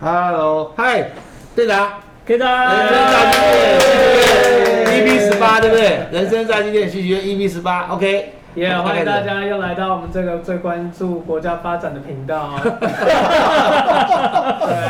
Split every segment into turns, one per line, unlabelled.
Hello，嗨，队长，
给大
人生炸鸡店 EP E 十八，对不对？人生炸鸡店戏剧院 EP 十八，OK。
也、欢迎大。家又来到我们这个最关注国家发展的频道 啊、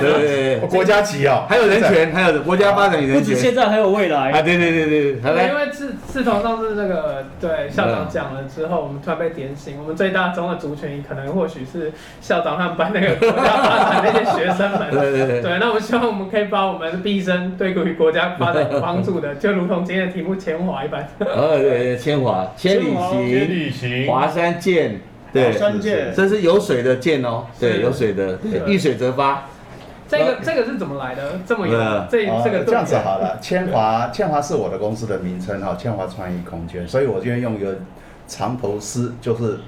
对对对对，
国家级哦，
还有人权，还有国家发展与
不
人
止
权。
现在，还有未来。
啊，对对对对对，好
对
来，
因为自自从上次那个对校长讲了之后，我们突然被点醒，我们最大宗的族群可能或许是校长他们班那个国家发展那些学生 们。
对对对
对，那我们希望我们可以把我们毕生对于国家发展有帮助的，就如同今天的题目前华一般。
呃，对对，千华，千里
先
行，
旅行，
华山见，对，
山界
这是有水的见哦，对，
是
有水的，对
是
遇水则发，
这个这个是怎么来的？这么有
对
这
哦
这个
这样子好了，千华，千华是我的公司的名称哈，千华创意空间，所以我今天用一个长头诗，就是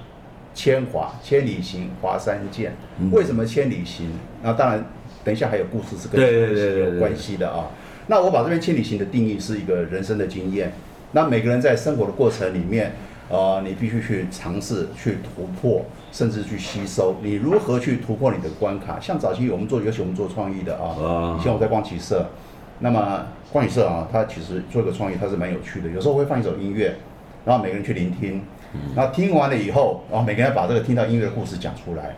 千华，千里行，华山见。
嗯
为什么千里行？那当然，等一下还有故事是跟
对对
千里
对对对
行有关系的啊。那我把这边千里行的定义是一个人生的经验，那每个人在生活的过程里面，呃，你必须去尝试、去突破，甚至去吸收。你如何去突破你的关卡？像早期我们做，尤其我们做创意的啊，
啊
以前我在光启社，那么光启社啊，它其实做一个创意，它是蛮有趣的。有时候会放一首音乐，然后每个人去聆听，
嗯
然后听完了以后，然后每个人把这个听到音乐的故事讲出来。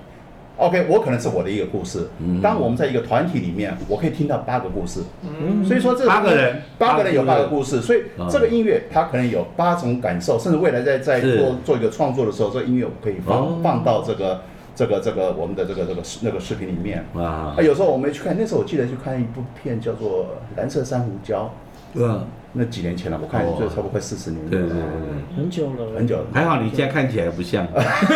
OK，我可能是我的一个故事。
嗯
当我们在一个团体里面，我可以听到八个故事。
嗯
所以说这
八个人
八个人有八个故事，所以
啊
这个音乐它可能有八种感受，甚至未来在在
是
做做一个创作的时候，这音乐我可以
哦
放放到这个这个这个我们的这个这个视那个视频里面。
啊
啊，，有时候我们去看，那时候我记得去看一部片叫做《蓝色珊瑚礁》，
嗯，
那几年前了，我看
哦
就差不多快四十年了，
对对对哎对。
很久了，
很久。了。
还好你现在看起来不 像，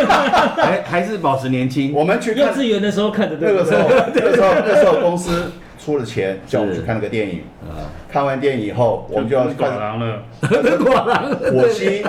还还是保持年轻。
我们去
幼
看
稚园的时候看的，
那
对
个
不
时
对？
候，那时候那时候公司出了钱叫我们去看那个电影，
啊，
看完电影以后，我们就要去看
狼了，
火星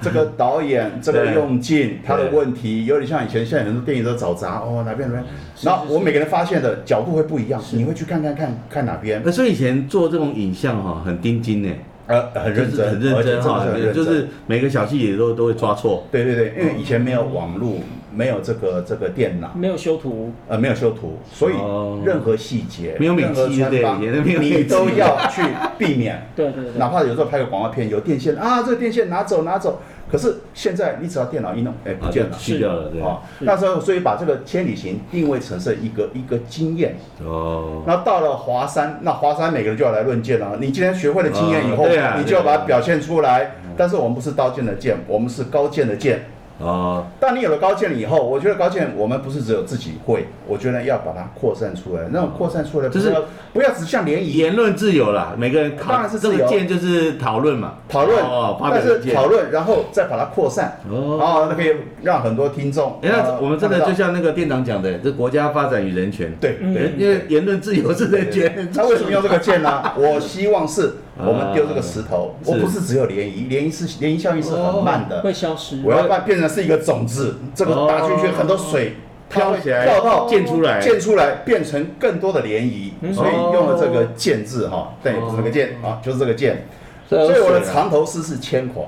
这个导演这个
对
用镜，他的问题有点像以前现在很多电影都找砸哦哪边哪边，
嗯
然后我每个人发现的角度会不一样，你会去看看看看哪边，
那所以以前做这种影像哈，很盯紧呢，
呃很认
就是
真
很认
而且
真
真的
哈
是很，认
就
真，
是每个小细节都都会抓错。
对对对，因为以前没有网络，
嗯
没有这个这个电脑。
没有修图，
呃，没有修图，所以
哦
任何细节、
没有美
任何
肌
穿
对
帮
也没有美
你都
肌
要去避免。
对对对
哪。怕有时候拍个广告片，有电线啊，这个电线拿走拿走。可是现在你只要电脑一弄，哎、
啊，
不
就
见了。
去掉了，对。
啊，那时候所以把这个千里行定位成是一个一个经验。
哦，
那到了华山，那华山每个人就要来论剑了。你今天学会了经验以后，
啊对啊嗯
你就要把它表现出来。但是我们不是刀剑的剑，我们是高剑的剑。
哦，
当你有了高见了以后，我觉得高见我们不是只有自己会，我觉得要把它扩散出来。那种扩散出来，
嗯就是
不要不要只像联谊
言论自由啦，每个人
当
讨
然是
这
自
个
由
见就是讨论嘛，
讨论
哦，，发
但
表意
是
见。
讨论然后再把它扩散，
哦，
啊，那可以让很多听众。
哎，那
呃
我们这个
看得到
就像那个店长讲的，这国家发展与人权。
对
嗯
对，
因为言论自由是人权。
那为什么用这个 箭呢？我希望是我们丢这个石头，
啊
我不
是哦
是只有涟漪，涟漪是涟漪效应是很慢的
会，消失
我。要把它变成是一个种子，这个大圈圈
哦
很多水
飘起来
跳到
溅出来嗯
溅出来变成更多的涟漪，所以用了这个“溅”字哈，但
哦
也不是那个“溅”啊，就是这个“溅”。
这有
所以我的
水啊
长头诗是铅华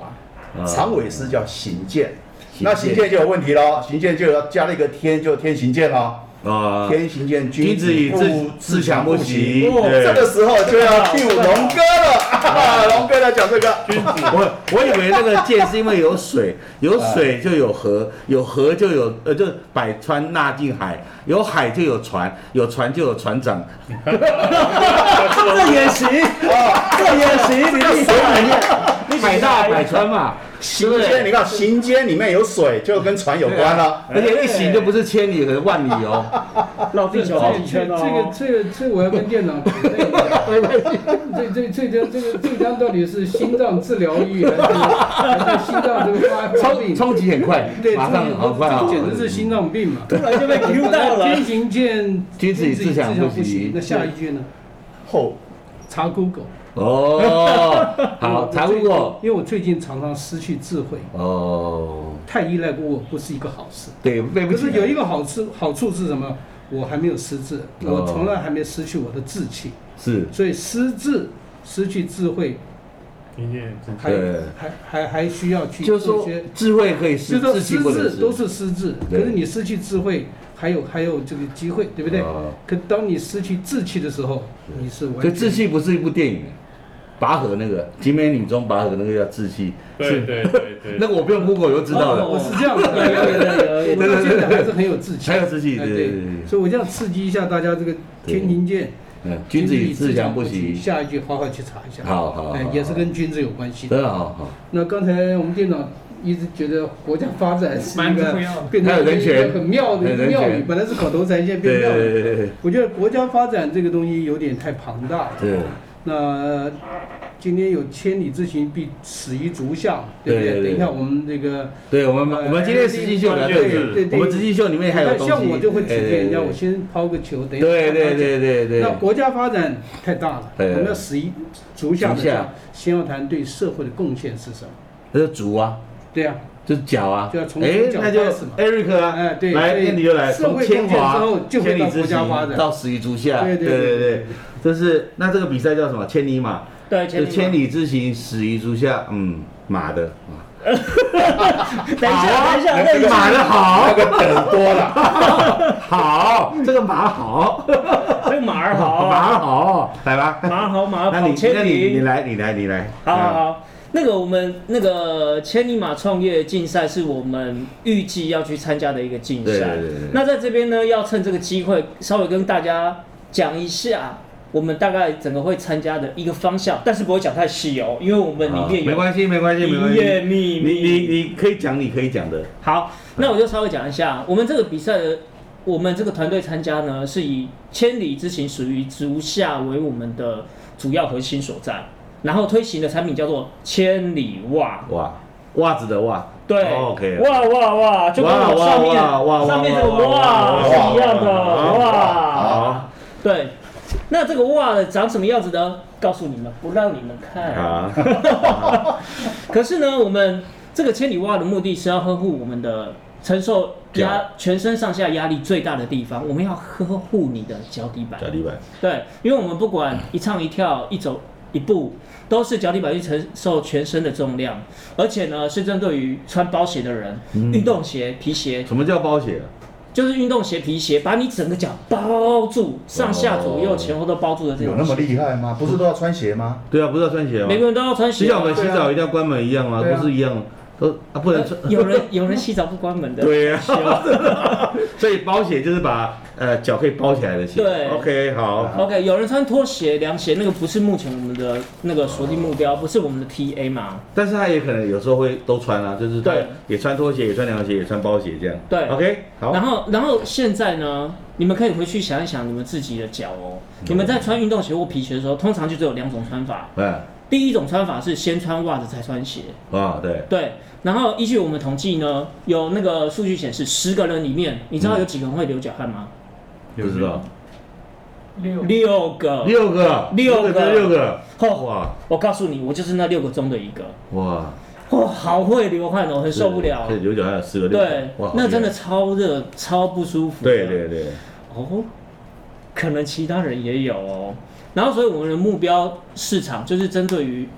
啊，
长尾诗叫行健。
行
那行健就有问题喽，行健就要加了一个天，就天行健喽。
啊，
天行健，
君
君
子
子
以
以
自
自
自
自
强
强
不
不
息
息。
哦
哦，这个时候就要 cue 龙哥了，啊 龙哥来讲这个。
我我以为那个剑是因为有 水，有水就有河，有河就有呃，就是百川纳进海，有海就有船，有船就有船长。
这也行，这也行，你厉害。
海纳百川嘛，对不
行间，你
对？
看行间里面有水，就跟船有关了。
而且那行就不是千里和万里 哦，
绕地球好几
这
圈
个
哦。
这个这个我要跟店长讨 论一下，这这这张这个这张到底是心脏治疗狱还是还是心脏这个发发
冲
病？
冲击很快，
对，
马上好快啊！
这简直是心脏病嘛！突
然就被 Q 到了
天行健，
君子以自强不息
那下一句呢？
后
查 Google，
哦，好，
我
财务哦，
因为我最近常常失去智慧，
哦，
太依赖 Google 不是一个好事。
对，对不
可
起啊
是，有一个好处好处是什么？我还没有失智，
哦
我从来还没失去我的志气，
是
所以失智、失去智慧
听见这
还
对
还还还需要去
就是
做
说
些，
智慧可以
就是是说
自信
失
或者
智
是
都是失智，可
对
是你失去智慧，还有还有这个机会，对不对？
哦
可当你失去志气的时候，你是完
就
全
《志气》不是一部电影，欸拔河那个集美女中拔河那个叫《志气》，
对
是
对对 对，
那个我不用 Google 就知道
哦我
了。
是这 样的，
有有有
我到现在还是很有志气，
还有志气
哎
对
对
对对对
所以我这样刺激一下大家这个天津舰。
嗯，君子以自强不息。
下一句好好去查一下。
好好好
哎也是跟君子有关系的。
真的哦好好，
那刚才我们店长一直觉得国家发展是一个
蛮重要的
变成
还有人
一个
权
很妙
还
的
有
一个
人
庙宇
权，
本来是口头禅，现在
对对
变庙宇。
对对对
我觉得国家发展这个东西有点太庞大了。
对，
那今天有千里之行，必始于足下，对不
对对对
等一下我们这个
对我
哎
们我们今天实际
哎
秀聊这
对
里
对，对
我们实际秀里面还有东西。
像我就会体
哎
贴人家，我
对
先抛个球，等一下
对
他
对
抛球
对对对，
那国家发展太大了，我
对
们要始于足下的
足下
话，先要谈对社会的贡献是什么？
那是足啊，
对呀、
就是脚啊，
就要从
哎，
脚
那就
开始嘛
Eric 啊，
哎对
来，
所以
那你就来，
社
从
会
千
贡献
华
之后就会
千里
到
之
国家
行
发展
到始于足下，
对对
对
对对
对，这是那这个比赛叫什么？千里马，
对，
就千
千里
里之行，始于足下，嗯，马的，啊
马。等一下，等一
这
下，等一
个马
下，
的好
那个等多 了，
好，这个马好，
这个马儿
哦
好，
马好，来吧，
马儿好，马儿
那
跑
你那
千
你你
里，
来你来你来，
好好好。那个我们那个千里马创业竞赛是我们预计要去参加的一个竞
对对
赛
对对。
那在这边呢，要趁这个机会稍微跟大家讲一下我们大概整个会参加的一个方向，但是不会讲太细哦，因为我们里
好嗯
面
没
有
关系没关系没关
营业
系，
秘
你
密。
你你可以讲你可以讲的，
好，那我就稍微讲一下，我们这个比赛的，我们这个团队参加呢，是以千里之行属于足下为我们的主要核心所在，然后推行的产品叫做千里袜，
哇，袜子的袜，
对、
哦，OK，
哇哇哇，就跟我上面
哇哇哇哇
上面这个
哇
哇
哇
是一样的
哇
哇，
好。
对，那这个袜的长什么样子呢？告诉你们，不让你们看。
啊，
可是呢，我们这个千里袜的目的是要呵护我们的承受
脚
压全身上下压力最大的地方，我们要呵护你的脚底板
脚。底板，
对，因为我们不管一唱一跳一走一步，都是脚底板去承受全身的重量，而且呢是针对于穿包鞋的人，运动鞋、皮鞋
什么叫包鞋？啊
就是运动鞋、皮鞋，把你整个脚包住，上下左右前后都包住的这
有
种
那么
鞋
厉害吗？不是都要穿鞋吗？
对啊，不是要穿鞋吗？
每个人都要穿
就
鞋啊。
像我们洗澡一 定要关门一样吗？
对啊
不是一样吗，都啊不能穿。
呃有人有人洗澡不关 门的，
对啊
是吧
所以包鞋就是把呃脚可以包起来的鞋。
对
，OK，好，
OK，有人穿拖鞋、凉鞋，那个不是目前我们的那个锁定目标，不是我们的 TA 嘛？
但是他也可能有时候会都穿啊，就是他
对
也穿拖鞋，也穿凉鞋，也穿包鞋这样。
对
，OK，好。
然后，然后现在呢，你们可以回去想一想你们自己的脚哦。你们在穿运动鞋或皮鞋的时候，通常就只有两种穿法。
嗯，
第一种穿法是先穿袜子再穿鞋，
啊，对，
对。然后依据我们统计呢，有那个数据显示，十个人里面，你知道有几个人会流脚汗吗？
不知道，
六
六个。
六个，
六个哦
真的六个，
吼！
哇
我告诉你，我就是那六个中的一个。
哇，
哇，好会流汗哦，很受不了
这。牛角还有四个六个，
对
哇，，
那真的
好
超热、超不舒服。
厉害，对对。对，
哦，可能其他人也有哦。然后，所以我们的目标市场就是针对于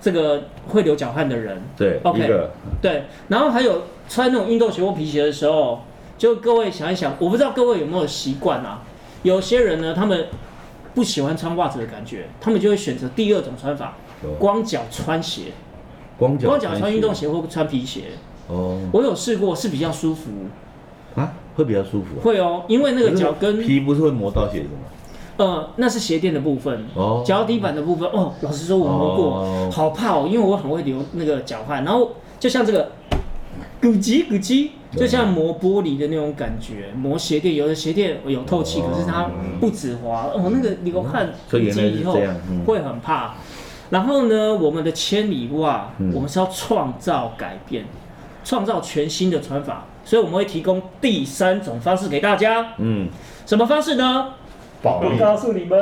这个会流脚汗的人。
对
OK
一个，
对，然后还有穿那种运动鞋或皮鞋的时候，就各位想一想，我不知道各位有没有习惯啊？有些人呢，他们不喜欢穿袜子的感觉，他们就会选择第二种穿法
有，
光脚穿鞋，
哦光脚，
光脚穿运动，鞋或穿皮鞋。
哦，
我有试过，是比较舒服。
啊，会比较舒服啊。
会哦，因为那个脚跟
皮不是会磨到鞋子吗？
呃，那是鞋垫的部分，
哦
脚底板的部分，哦，老实说我磨过，
哦
好怕哦，因为我很会流那个脚汗，然后就像这个，咕叽咕叽，就像磨玻璃的那种感觉，磨鞋垫，有的鞋垫有透气，
哦嗯
可是它不止滑，哦，那个流汗
所以
累
原来是
积以后
这样嗯
会很怕。然后呢，我们的千里袜，
嗯
我们是要创造改变，创造全新的穿法，所以我们会提供第三种方式给大家，
嗯，
什么方式呢？
保
我
利
告诉你们，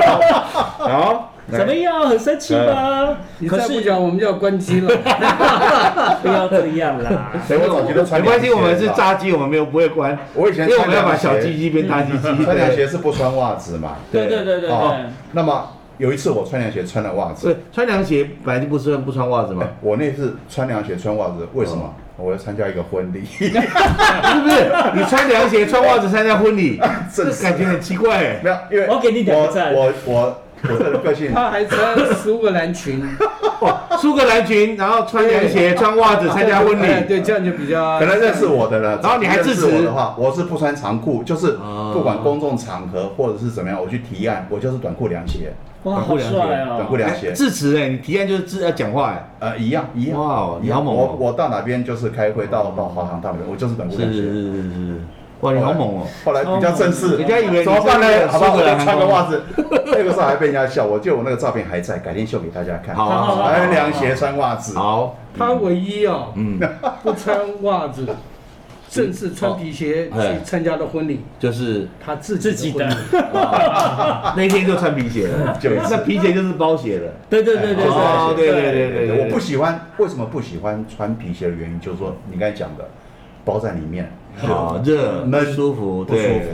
好，
怎么样？很生气吗？
你
可
再不
是
讲我们就要关 机了。
不要这样啦。
等
我总觉得穿
没关系，
凉鞋
我们是炸鸡，我们没有不会关，
我以
因
前
为我
穿
们要把
凉
小鸡
鞋，
鸡变大鸡鸡。
穿凉鞋是不穿袜子嘛？
对对对对
哦
对，
那么有一次我穿凉鞋穿了袜子，
对，穿凉鞋本来就不穿不穿袜子嘛哦
哎。我那次穿凉鞋穿袜子，为什么？我要参加一个 婚礼，
是不是？你穿凉鞋、穿袜子参加婚礼，这
真是
感觉很奇怪哎。
没有，因为
我给你两个赞
我我我我这个个性，
他还穿苏格兰裙，
苏格兰裙，然后穿凉鞋、穿袜子参加婚
哎
礼，
对，这样就比较
可能认识我的人，
然后你还
认识
制止
我的话，我是不穿长裤，就是
哦
不管公众场合或者是怎么样，我去提案，我就是短裤凉鞋，
哇，
短裤
好
凉
帅
鞋
短裤
哦！
凉
哎
鞋，
致辞哎，你提案就是自要讲话哎。
呃，一样一样。
哇哦
一
你好
样
猛
我
哦
我到哪边就是开会，到到华航到哪边，我就是短裤
是
凉
是
鞋。
是是是，哇，你好猛哦！
后来比较正式，
人家以为你
怎么
是
办
那
呢？
个
好吧，
苏
我
格
就
兰
穿个
航空
袜子。 那个时候还被人家笑，我记得我那个照片还在，改天秀给大家看。
好啊好啊
还有凉鞋穿袜子，
好，啊
他唯一哦
嗯，
不穿袜子， 正式穿皮鞋
哎
去参加的婚礼，
就是
他自
自己
己的
的
婚，
那天就穿皮鞋了，
就
那皮鞋就是包鞋了。
对对对对
哦，对对对对对，
我不喜欢，为什么不喜欢穿皮鞋的原因，就是说你刚才讲的，包在里面，
好热，
闷
不舒服，
不舒
对
服。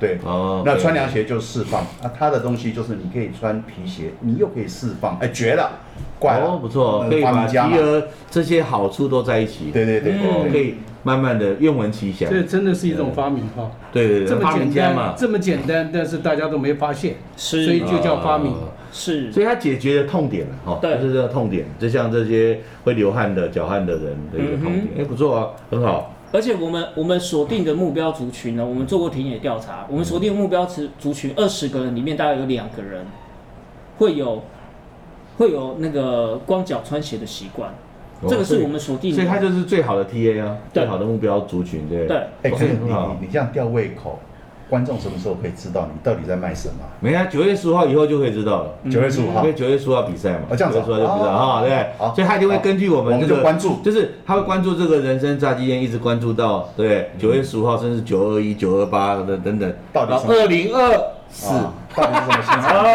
对，
哦
那
对
穿凉鞋就释放啊，它的东西就是你可以穿皮鞋，你又可以释放，哎，绝了，怪了，
哦，不错，
嗯
可以
发
把
明
提
家嘛
儿这些好处都在一起，
对对对
哦，
对
可
对，
以慢慢的愿闻其详，
这
对
真的是一种发明哈。
对
这
对，
么
发明
简
家
单
嘛，，
这么简单，但是大家都没发现，所
是
以就叫发明。
哦
是
所以它解决了痛点了，哈，
对
就是这个痛点，就像这些会流汗的、脚汗的人的一个痛
嗯
点，哎，不错啊，很好，
而且我们我们锁定的目标族群呢，我们做过田野调查，我们锁定的目标族族群二十个人里面，大概有两个人会有会有那个光脚穿鞋的习惯，
哦
这个
所
是
以
我们锁定的。
所以它就是最好的 TA 啊，
对
最好的目标族群，对，
对
哎，可
所以
是你
哦很好
你。你这样吊胃口，观众什么时候可以知道你到底在卖什么？
没啊，九月十五号以后就可以知道了。
九月十五
因
号
为，九月十五号比赛嘛，
哦这样子啊
九月十五号就比赛啊，
好
对，所以他一定会根据我们
好
这
我们
个
就关注
就是他会关注这个人生炸鸡店，一直关注到对九月十五号，甚至九二一、九二八等等等，
嗯到底什么
二零二四，
啊到底是什么新产品？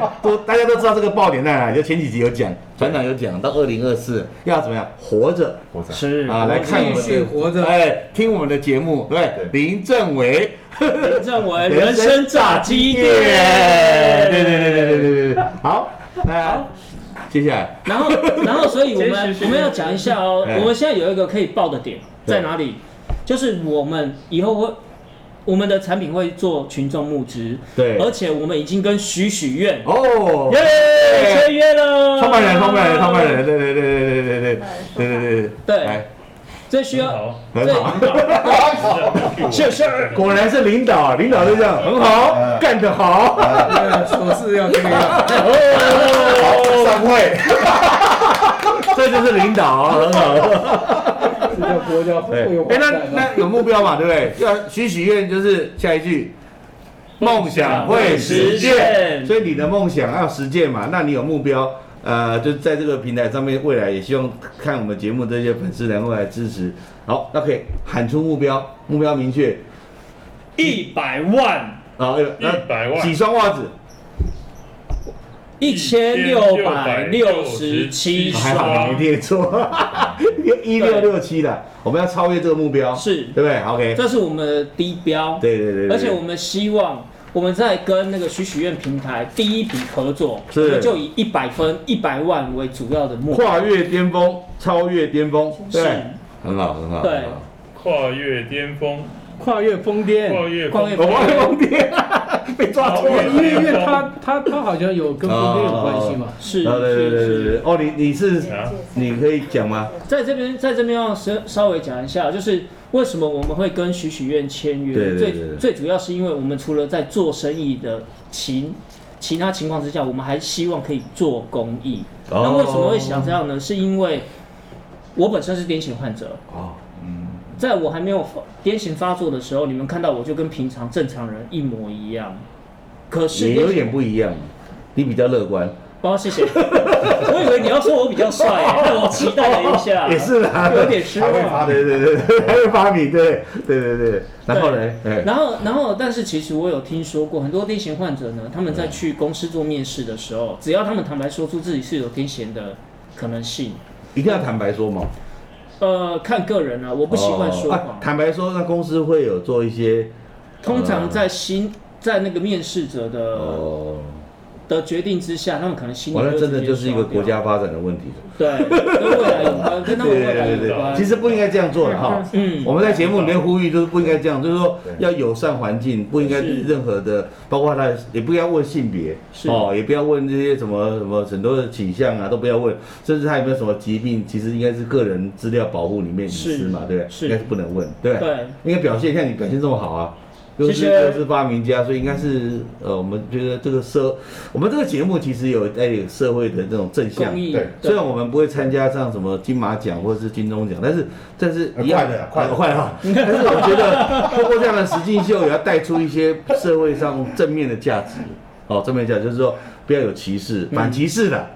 哦，
都大家都知道这个爆点在哪里，就前几集有讲，船长有讲到二零二四要怎么样活着
我操！
是
啊，来 看我们
继续
的
活 着
哎，听我们的节目，对
对，
林政委。
我认为哎人生炸鸡店。
对对对对对对对对，好，那接下来
然后，然后，所以我
真
们
实训
我
练
们要讲一下哦，
哎
我们现在有一个可以报的点在哪里？就是我们以后会，我们的产品会做群众募资，
对
而且我们已经跟许许愿，
哦，
耶，签约了，
创办人，创办人，创办人，对对对对对对对对对对
对
来
这需要，
好，
很好，
谢谢。
果然是领导，领导就这
嗯
样，很好，干得好，
呃，琐事要这个样。
嗯
呃
好，散会。
这就是领导，很好。
这叫国家
对
富有，
哎，那那有目标嘛，对不对？要许许愿，就是下一句。梦想会实现，所以你的梦想要实践嘛，那你有目标，呃，就在这个平台上面，未来也希望看我们节目这些粉丝能够来支持。好，那可以喊出目标，目标明确，
一百万，
好，哎那
100万
几双袜子，
一千六百六十七
还好
双
你，没列错，一六六七的，我们要超越这个目标，
是
对不对？OK，
这是我们的低标，
对对对对，
而且我们希望我们在跟那个许许愿平台第一笔合作，
是
我们就以一百分、一百万为主要的目标。
跨越巅峰，超越巅峰，
是
对，很好很好，
对
很好
跨越巅峰，
跨越疯癫。
跨越
跨越
我忘了忘记了被抓错了。
因为因为他他他好像有跟
哦
疯癫有关系嘛，
是
啊对对对
是
对
是，
对，哦，你你是
啊
你可以讲吗？
在这边在这边要稍稍微讲一下，就是为什么我们会跟许许愿签约，
对对对对
最最主要是因为我们除了在做生意的情其他情况之下，我们还希望可以做公益。
哦
那为什么会想这样呢？是因为我本身是癫痫患者，
哦，
在我还没有发癫痫发作的时候，你们看到我就跟平常正常人一模一样。可是
你有
癫痫
点不一样，你比较乐观，
哦，谢谢。 我以为你要说我比较帅，但我期待了一下，
也是啊啦，
有点失
还会
望。
发
对对对对，还 会发明，对对对对对，然后呢？哎
然后，然后，但是其实我有听说过很多癫痫患者呢，他们在去公司做面试的时候，只要他们坦白说出自己是有癫痫的可能性，
一定要坦白说嘛，
呃，看个人啊，我不习惯说
哦
谎
啊。坦白说，那公司会有做一些
呃通常在新在那个面试者的
哦，
的决定之下，他们可能心里
完了，
会
真的
直接
就是一个
刷
国
掉
家发展的问题。
对， 跟未来有关，跟他们未来有关。
其实不应该这样做了哈。
嗯
我们在节目里面呼吁，就是不应该这样，就是说
对
要友善环境，不应该
是
任何的，包括他也不要问性别
是，
哦，也不要问这些什么什么很多的倾向啊，都不要问，甚至他有没有什么疾病，其实应该是个人资料保护里面隐
是
私嘛，对不对？
是
应该是不能问，对不对？
对，
应该表现，像你表现这么好啊。又是
谢谢
又是发明家，所以应该是呃，我们觉得这个社，我们这个节目其实有带有社会的这种正向
公，益
对
虽然我们不会参加上什么金马奖或者是金钟奖，但是但是
呃
一样
快的快
呃快的
的
哈。但是我觉得通过这样的实境秀，也要带出一些社会上正面的价值。哦，正面价值就是说不要有歧视、反歧视的。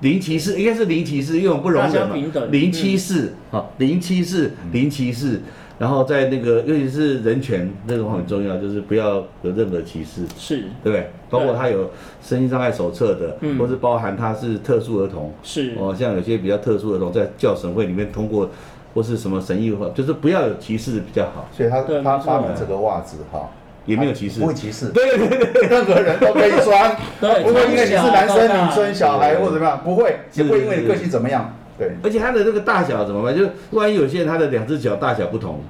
零歧视应该是零歧视，因为我们不容
大家
忍嘛
平。等
零歧视啊，零歧视，零歧视。然后在那个，尤其是人权那种很重要，就是不要有任何歧视。
是
对不对？包括他有身心障碍手册的，
嗯
或是包含他是特殊儿童，
是
哦，像有些比较特殊儿童在教审会里面通过，或是什么审议会，就是不要有歧视比较好，
所以他
对
他
没错
发明这个袜子哈，
也没有歧视
不。会歧视，对对对，任何人都可以穿，
对
不会因为你是男
从小
生、
到大
女生、小孩或者怎么样，不会，
是
也不会因为你个性怎么样，对，
而且他的这个大小怎么办？就是万一有些人他的两只脚大小不同，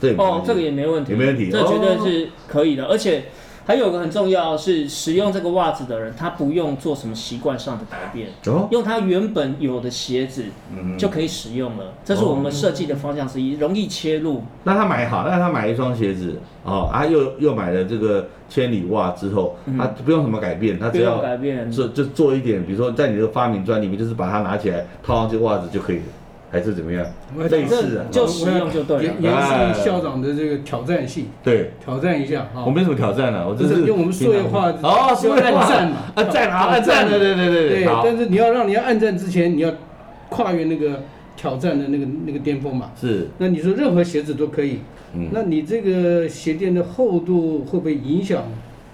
对
哦，这个也没问题，
也没问题
这绝对是可以的。而且还有个很重要的是，使用这个袜子的人，他不用做什么习惯上的改变，
哦，
用他原本有的鞋子
嗯
就可以使用了。这是我们设计的方向之一，容易切入。
那他买好，那他买一双鞋子，哦，啊又又买了这个千里袜之后，
嗯
他不用什么改变，他只要
不用改变
做就做一点，比如说在你的发明专里面，就是把它拿起来套上这个袜子就可以了，还是怎么样？类似啊，
就实用就对了
延
哎
延续校长的这个挑战性，
对。
挑战一下哈。
我没什么挑战啊了，我
就
这
是
是
哦用我们数位化
哦，数位
要
化
按赞嘛
按赞好，
要
按赞，
按
对
赞啊
对对对
对，
好，
但是你要让人家按赞之前，你要跨越那个挑战的那个那个巅峰嘛。
是
那你说任何鞋子都可以，
嗯
那你这个鞋垫的厚度会不会影响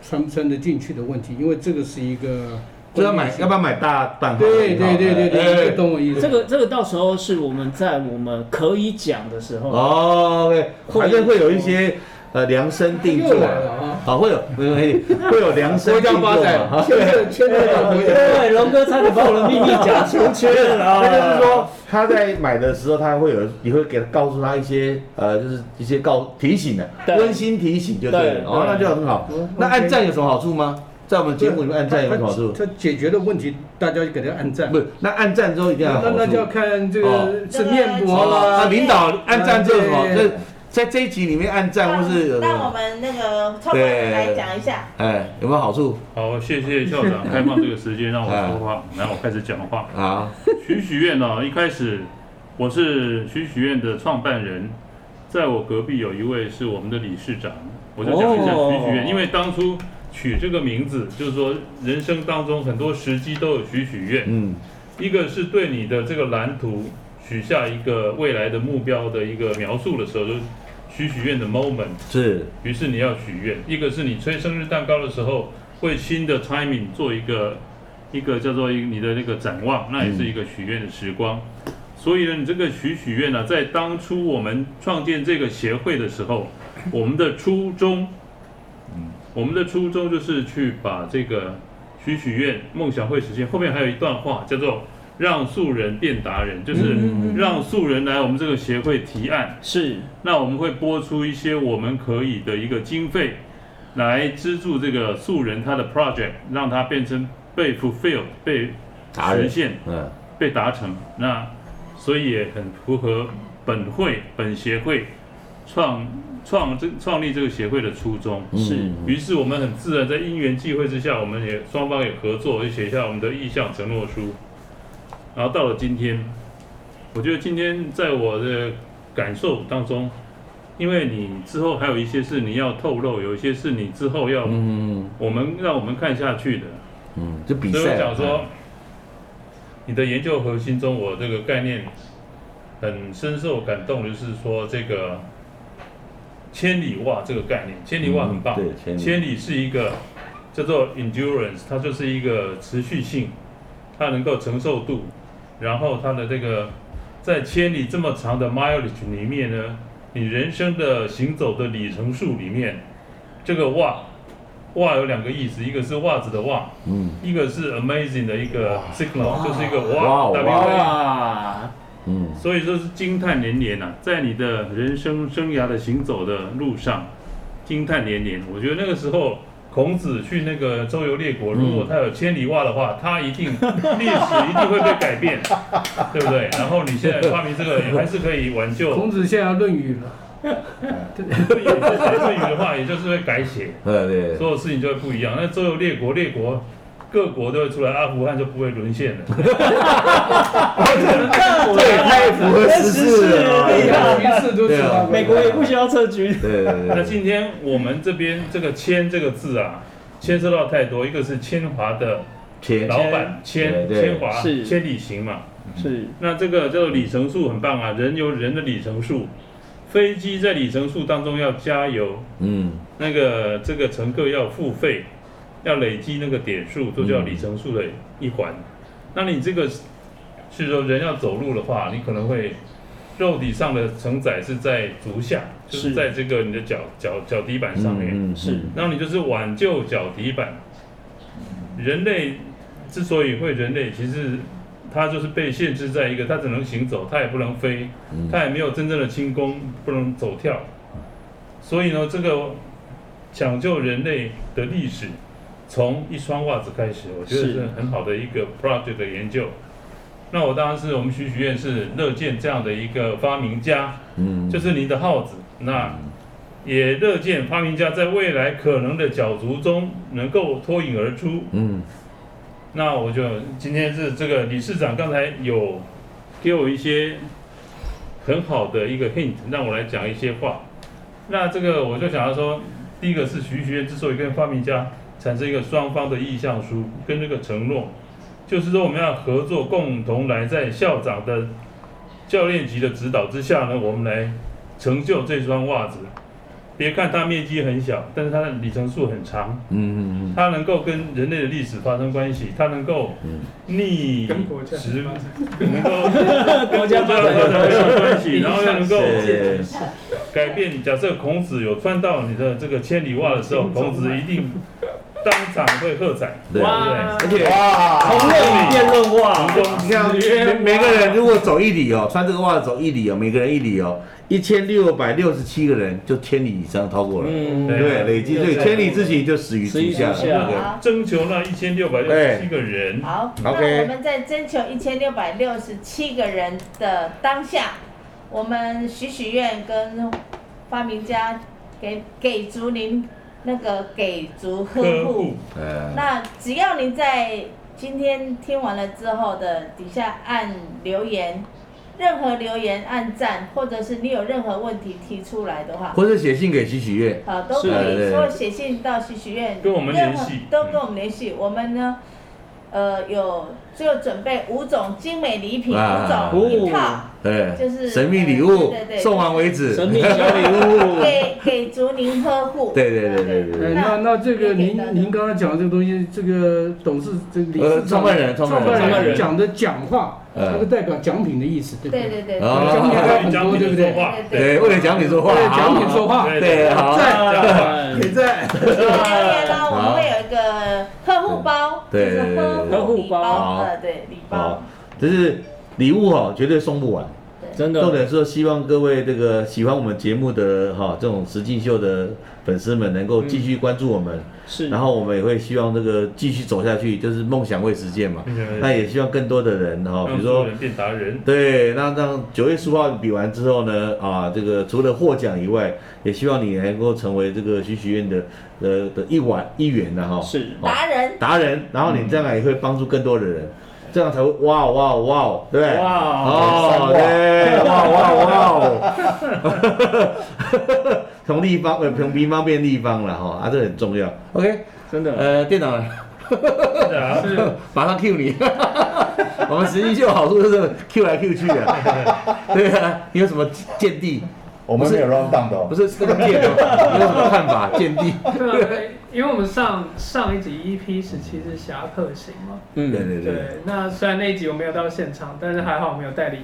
穿不穿得进去的问题？因为这个是一个
就要买，要不要
要？
买大半号？
对
一号
对对对
哎哎
对，
哎
你懂我意思？
这个这个到时候是我们在我们可以讲的时候，
哦，OK，反正会有一些呃量身定做
又，来了啊！
好，会有没有没有会有量 身
国
定
家
做
发展
嘛，，
圈着圈着到国家。
对，龙哥差点把我的秘密讲出去 了啊！
那就是说，他在买的时候，他会有，你会给告诉他一些，呃，就是一些告提醒的，
对
温馨提醒就对
对
了，哦，
对
那就很好
嗯。
那
OK
按赞有什么好处吗？在我们节目里面按赞有什么好处？
他解决的问题，大家就给他按赞。
不，那按赞之后一定要有
那
好
那就要
处。
看这
哦
个是面膜
哦，那
啦，
领导按赞之后什么？
对
就是在这一集里面按赞，或是有什
让我
么？
们那个创办人来讲一下。
哎，有没有好处？
好，谢谢校长开放这个时间让我说话，然后我开始讲话。
啊，
许许愿呢，一开始我是许许愿的创办人，在我隔壁有一位是我们的理事长，我就讲一下
哦
许许愿，因为当初取这个名字，就是说人生当中很多时机都有许许愿，
嗯，
一个是对你的这个蓝图许下一个未来的目标的一个描述的时候，就是许许愿的 moment。
是
于是你要许愿，一个是你吹生日蛋糕的时候，为新的 timing 做一个一个叫做一个你的那个展望，那也是一个许愿的时光。所以呢，你这个许许愿呢、在当初我们创建这个协会的时候，我们的初衷，我们的初衷就是去把这个许许愿梦想会实现。后面还有一段话叫做“让素人变达人”，就是让素人来我们这个协会提案。
是
那我们会拨出一些我们可以的一个经费，来资助这个素人他的 project，让他变成被 fulfill 被
达人
实现、
嗯，
被达成。那所以也很符合本会本协会创创这创立这个协会的初衷。
嗯
是
于是我们很自然在因缘际会之下，我们也双方也合作，也写下我们的意向承诺书。然后到了今天，我觉得今天在我的感受当中，因为你之后还有一些是你要透露，有一些是你之后要、
嗯
我们让我们看下去的。
嗯，就比
所以我
赛
想
啊。
说，你的研究核心中，我这个概念很深受感动，就是说这个千里袜这个概念，千里袜很棒，
嗯对千里
千里是一个叫做 endurance，它就是一个持续性，它能够承受度，然后它的这个在千里这么长的 mileage 里面呢，你人生的行走的里程数里面，这个袜袜有两个意思，一个是袜子的袜，嗯，一个是 amazing 的一个 signal，就是一个哇
哇
，W A
哇，
嗯，
所以说是惊叹连连呐、啊，在你的人生生涯的行走的路上，惊叹连连。我觉得那个时候，孔子去那个周游列
嗯
国，如果他有千里袜的话，他一定历史一定会被 改变，对不对？然后你现在发明这个，也还是可以挽救。
孔子现在要《论语》了。
论语论语的话，也就是会改写，
呃对，
所有事情就会不一样。那周游列国，列国。各国都会出来，阿富汗就不会沦陷了。
这也太符合时事了吧，
对
对
啊
局势都是他们
美国也不需要撤军，
对对
那
对，
今天我们这边这个“签”这个字啊，牵涉到太多，一个是千华的
天
老板千
对对
千华
是
千里行嘛，
是
那这个叫做里程数很棒啊，人有人的里程数，飞机在里程数当中要加油，
嗯
那个这个乘客要付费，要累积那个点数，都叫里程数的一环。那你这个是说人要走路的话，你可能会肉体上的承载是在足下，就是
是
在这个你的脚脚脚底板上面。
嗯嗯
是
那你就是挽救脚底板。人类之所以会人类，其实他就是被限制在一个，他只能行走，他也不能飞，他也没有真正的轻功，不能走跳。所以呢，这个抢救人类的历史，从一双袜子开始，我觉得
是
是很好的一个 project 的研究。那我当然是我们徐徐院士乐见这样的一个发明家，
嗯，
就是您的号子。那也乐见发明家在未来可能的角逐中能够脱颖而出。
嗯
那我就今天是这个理事长刚才有给我一些很好的一个 hint，让我来讲一些话。那这个我就想要说，第一个是徐学院之所以跟发明家产生一个双方的意向书跟这个承诺，就是说我们要合作，共同来在校长的教练级的指导之下呢，我们来成就这双袜子。别看它面积很小，但是它的里程数很长。
嗯嗯
它能够跟人类的历史发生关系，它能够
嗯
逆
跟国家
时，能够跟国家发 生关系，然后又能够
嗯，对，
改变。假设孔子有穿到你的这个千里袜的时候，
嗯
孔子一定当场会喝彩，
对啊
对
而且。
啊
哇，
从论语辩论
啊
哇，
不对？成
你看，每每个人如果走一里哦，穿这个袜子走一里哦，每个人一里哦，一千六百六十七个人就千里以上超过了，
嗯，
对
对，累积所以
对
千里之行就始于
始于
足下
足下
了，
好
征求那一千六百六十七个人，
好，那
OK
我们在征求一千六百六十七个人的当下，我们许许愿跟发明家给给足您那个给足呵
呵
护
护。
对，呃，
那只要你在今天听完了之后的底下按留言，任何留言按赞，或者是你有任何问题提出来的话，
或者写信给徐许愿，
好，都可
是对
以
对
说
对
写信到许许愿，
跟我们
任
联
何
系
都跟我们联系。我们呢，呃，有就准备五种精美礼品，
啊
五种一套
哦，
对，
就是
呃神秘礼物
对对，对
送完为止，
神秘小礼物，
给给足您呵护。
哦 对对对对对
哎，
对，
那那这个
那
您您刚才讲这个东西，这个董事这个理事
呃，
长
创办人，创
创
办
办
人，
人讲的讲话，
呃
那个代表奖品的意思，对不
对
对？
对对
啊
对
奖品还有很多，对不对？
对对。
对，为了奖品说话，
对，奖品说 话，
对
对，好，
赞
点赞，
留言喽，我们会有一个呵护包，
哦对
就是呵
对对对
护礼包，
好
呃，对，礼包
好，，就是礼物哦，绝对送不完。
真
重
的，
点是希望各位这个喜欢我们节目的哈、这种实境秀的粉丝们能够继续关注我们，
是，
然后我们也会希望这个继续走下去，就是梦想会实现嘛。
梦想会实现
那也希望更多的人哈、哎比
让
如
所有
说
人变达人。
对，那让九月十号比完之后呢，啊，这个除了获奖以外，也希望你能够成为这个许许愿的呃的一碗一员的哈，
是
哦
达人，
达人，然后你这样也会帮助更多的人，这样才会哇哦哇哦哇哦，对不对？
哇啊
哦，
哦
对，哇哇哇哦， 从立方呃从平方变立方了哈，啊，这很重要。OK，
真的，
呃，店长
真的啊
马上 Q 你， 我们实际就有好处就是 Q 来 Q 去的， 对啊，你有什么见地？
我们没有 round down 的哦
不，是这个见地，你有什么看法？见地？
对啊，因为我们上上一集 E EP 时期是侠客行嘛，
对
嗯，
对对。
对，那虽然那一集我没有到现场，但是还好我们有代理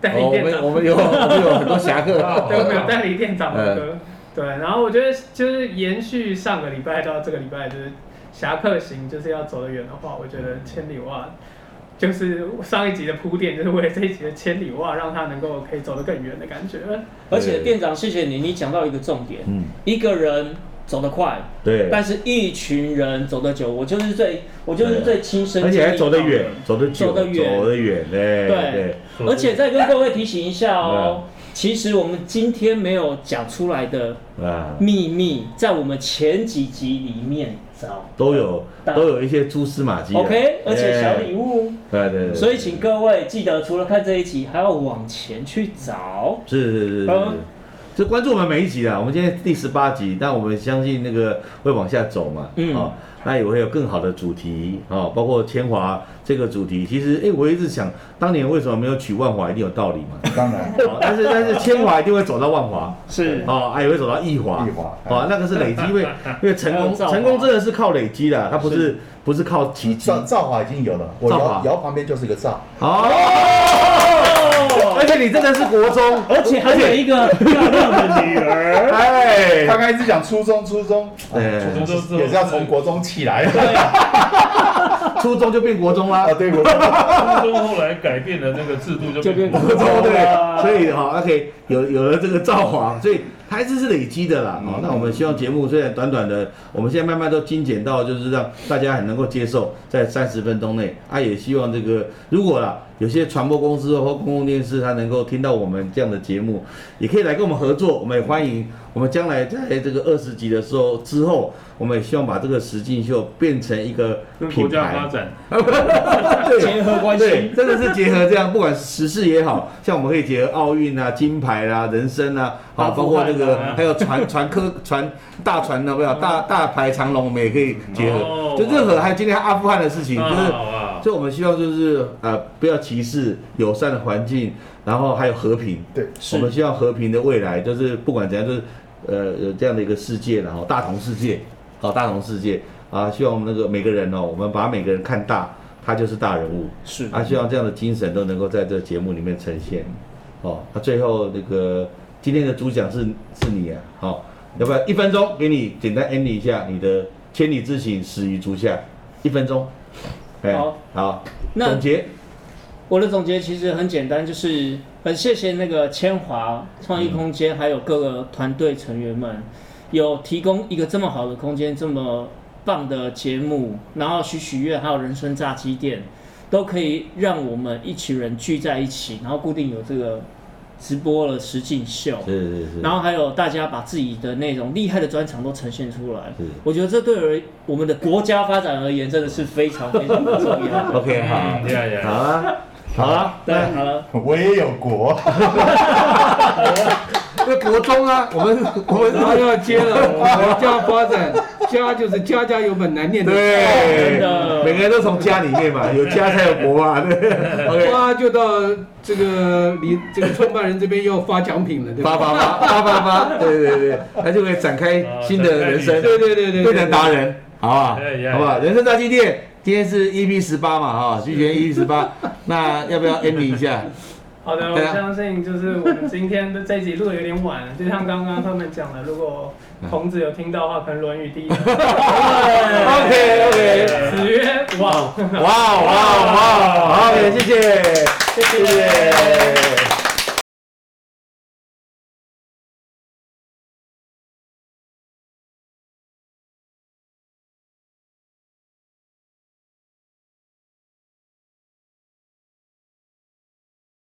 代
哦
理
我
店
们
长，
我们有我们有很多侠客，嗯
对，我们有代理店长的歌，对，然后我觉得就是延续上个礼拜到这个礼拜，就是侠客行，就是要走得远的话，我觉
嗯
得千里袜就是上一集的铺垫，就是为了这一集的千里袜，让它能够可以走得更远的感觉。
而且店长，谢谢你，你讲到一个重点，
嗯
一个人走得快，
对，
但是一群人走得久，我就是最我就是最亲身，
而且还走得远，，走得久，
走得远
走得远，对
对
对，
而且再跟各位提醒一下哦，其实我们今天没有讲出来的
啊，
秘密，在我们前几集里面找
都有
大
都有一些蛛丝马迹啊。
，OK，而且小礼
物，
物，
对对对，
所以请各位记得，除了看这一集，还要往前去找。
是是是是是
嗯，
就关注我们每一集啦。我们今天第十八集，但我们相信那个会往下走嘛，
嗯
哦，那也会有更好的主题哦，包括千华这个主题。其实，哎，我一直想，当年为什么没有娶万华，一定有道理嘛。
当然，
哦但是但是千华一定会走到万华，
是
哦，啊也会走到易华，
易华
哦，那个是累积，因为因为成
还有
功
造化
成功真的是靠累积的，它不是不是靠奇迹。
造造法已经有了，我
造法
窑窑旁边就是一个造，
哦，而且你真的是国中，
而且还有一个嗯漂亮的女儿，
哎，
刚开始讲初中，初中，
哎
哎初中是也是要从国中起来
哎初中就变国中啦
啊，。对，国中
初中后来改变了那个制度，就变
国中对
哇，
所以 哈，OK，有有了这个造化，所以它一直是累积的啦。
嗯
哦，那我们希望节目虽然短短的，我们现在慢慢都精简到，就是让大家很能够接受，在三十分钟内。啊，也希望这个如果啦，有些传播公司或公共电视，它能够听到我们这样的节目，也可以来跟我们合作，我们也欢迎。我们将来在这个二十集的时候之后，我们也希望把这个实境秀变成一个
跟
品
国家
牌
发，展。
对
结合关
对
系，，
真的是结合这样，不管是时事也好，像我们可以结合奥运啊、金牌啦、人生啊，好，
大
包
富
括
翁啊
那个还有 船船科船大船的，不要
嗯
大大排长龙，我们也可以结
哦
合。就任何还有今天阿富汗的事情，就
啊
是
嗯
好啊，
所以我们希望就是呃不要歧视，友善的环境，然后还有和平。
对，
我们希望和平的未来，就是不管怎样，就是呃有这样的一个世界，然后大同世界，好、大同世界啊，希望我们那个每个人哦，我们把每个人看大，他就是大人物。
是
啊，希望这样的精神都能够在这节目里面呈现。哦，那、最后那个今天的主讲是是你啊，好、要不要一分钟给你简单 end 一下你的千里之行，始于足下，一分钟。哎
好，
好，
那
总结，
我的总结其实很简单，就是很谢谢那个千华创意空间，还有各个团队成员们，有提供一个这么好的空间，这么棒的节目，然后许许愿，还有人生炸鸡店，都可以让我们一群人聚在一起，然后固定有这个直播了实境秀，
是是是，
然后还有大家把自己的那种厉害的专长都呈现出来
是，。
我觉得这对于我们的国家发展而言，真的是非常非常重要
OK，好，
嗯
好
呀呀，
啊，好啊，
对，好了。
我也有国，
那国中啊，我们我们
然后要接了国家发展，家就是家家有本难念的
对
真的，
每个人都从家里面嘛，有家才有国嘛，对，OK，
花就到这个你这个创办人这边要发奖品了，对
八
吧？
八八八八八，对对对，他就可以展开新的人生，
对对对对
变成
对，
达人，好不好
哎呀？
好不好？人生大祭店，今天是 EP 十八嘛，哈，徐玄 EP 十八，那要不要 end 一下？
好的，我
对啊
相信就是我们今天的这一集录的有点晚了，就像刚刚他们讲的，如果
嗯
孔子有听到的话，可能《论语》第一 章。
OK，OK
子曰：“哇。”
哇哦哇哦哇哦好，OK，谢谢，谢谢。